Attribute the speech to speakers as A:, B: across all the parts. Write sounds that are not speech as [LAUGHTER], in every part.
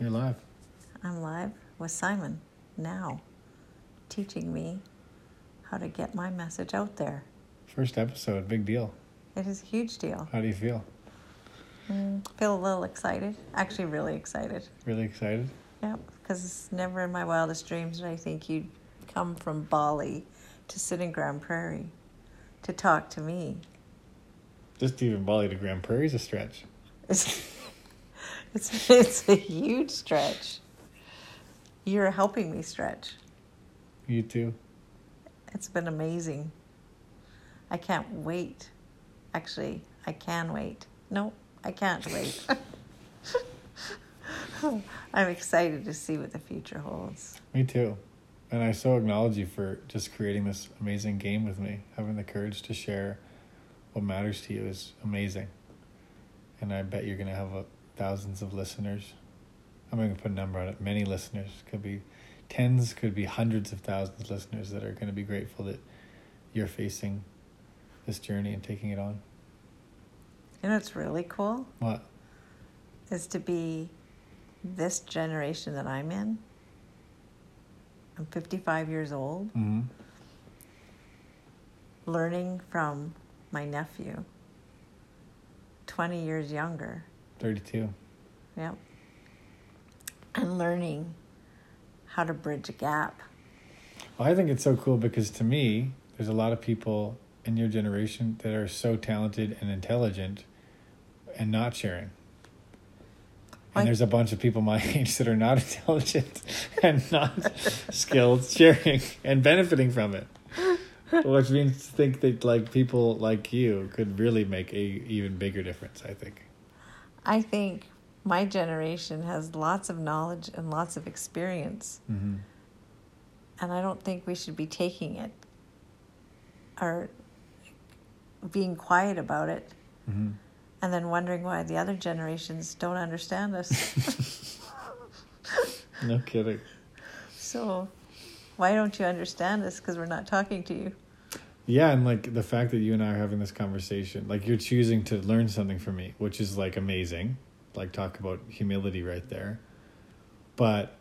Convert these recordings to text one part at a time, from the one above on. A: You're live.
B: I'm live with Simon now, teaching me how to get my message out there.
A: First episode, big deal.
B: It is a huge deal.
A: How do you feel?
B: Feel a little excited, actually, really excited.
A: Really excited?
B: Yep, because it's never in my wildest dreams that I think you'd come from Bali to sit in Grand Prairie to talk to me.
A: Just even Bali to Grand Prairie's a stretch.
B: It's, [LAUGHS] it's, it's a huge stretch. You're helping me stretch.
A: You too.
B: It's been amazing. I can't wait. Actually, I can wait. No, I can't wait. [LAUGHS] I'm excited to see what the future holds.
A: Me too. And I so acknowledge you for just creating this amazing game with me. Having the courage to share what matters to you is amazing. And I bet you're going to have uh, thousands of listeners. I'm not going to put a number on it. Many listeners. Could be tens, could be hundreds of thousands of listeners that are going to be grateful that you're facing this journey and taking it on.
B: You know what's really cool
A: What?
B: is to be this generation that I'm in. I'm 55 years old,
A: Mm-hmm.
B: learning from my nephew, 20 years younger.
A: 32.
B: Yep. And learning how to bridge a gap.
A: Well, I think it's so cool because to me, there's a lot of people in your generation that are so talented and intelligent and not sharing.
B: I-
A: And there's a bunch of people my [LAUGHS] age that are not intelligent and not [LAUGHS] skilled sharing and benefiting from it. Which means to think that like people like you could really make a even bigger difference, I think.
B: I think my generation has lots of knowledge and lots of experience,
A: Mm-hmm.
B: and I don't think we should be taking it or being quiet about it
A: Mm-hmm.
B: and then wondering why the other generations don't
A: [LAUGHS]
B: understand us.
A: No kidding.
B: so, why don't you understand us? Because we're not talking to you.
A: Yeah, and like the fact that you and I are having this conversation, like you're choosing to learn something from me, which is like amazing. Like talk about humility right there. But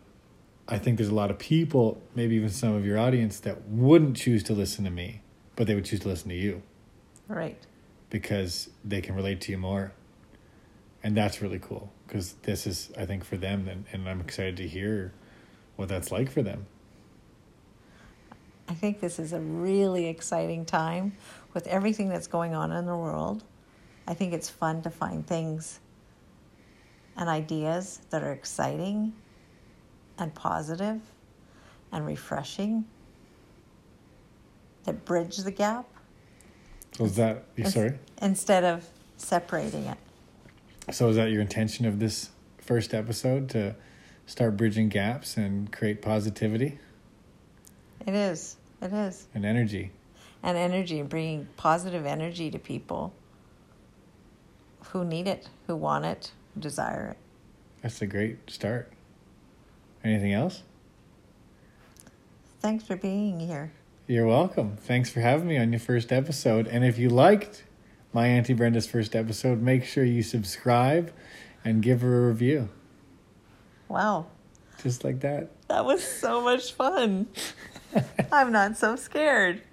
A: I think there's a lot of people, maybe even some of your audience that wouldn't choose to listen to me, but they would choose to listen to you
B: Right.
A: because they can relate to you more. And that's really cool because this is, I think, for them. And, and I'm excited to hear what that's like for them.
B: I think this is a really exciting time with everything that's going on in the world. I think it's fun to find things and ideas that are exciting and positive and refreshing that bridge the gap
A: So is that, sorry?
B: instead of separating it.
A: So is that your intention of this first episode to start bridging gaps and create positivity
B: It is. It is.
A: and energy?
B: And energy and bringing positive energy to people who need it, who want it, who desire it.
A: That's a great start. Anything else?
B: Thanks for being here.
A: You're welcome. Thanks for having me on your first episode. And if you liked my Auntie Brenda's first episode, make sure you subscribe and give her a review.
B: Wow.
A: Just like that.
B: That was so much fun. I'm not so scared.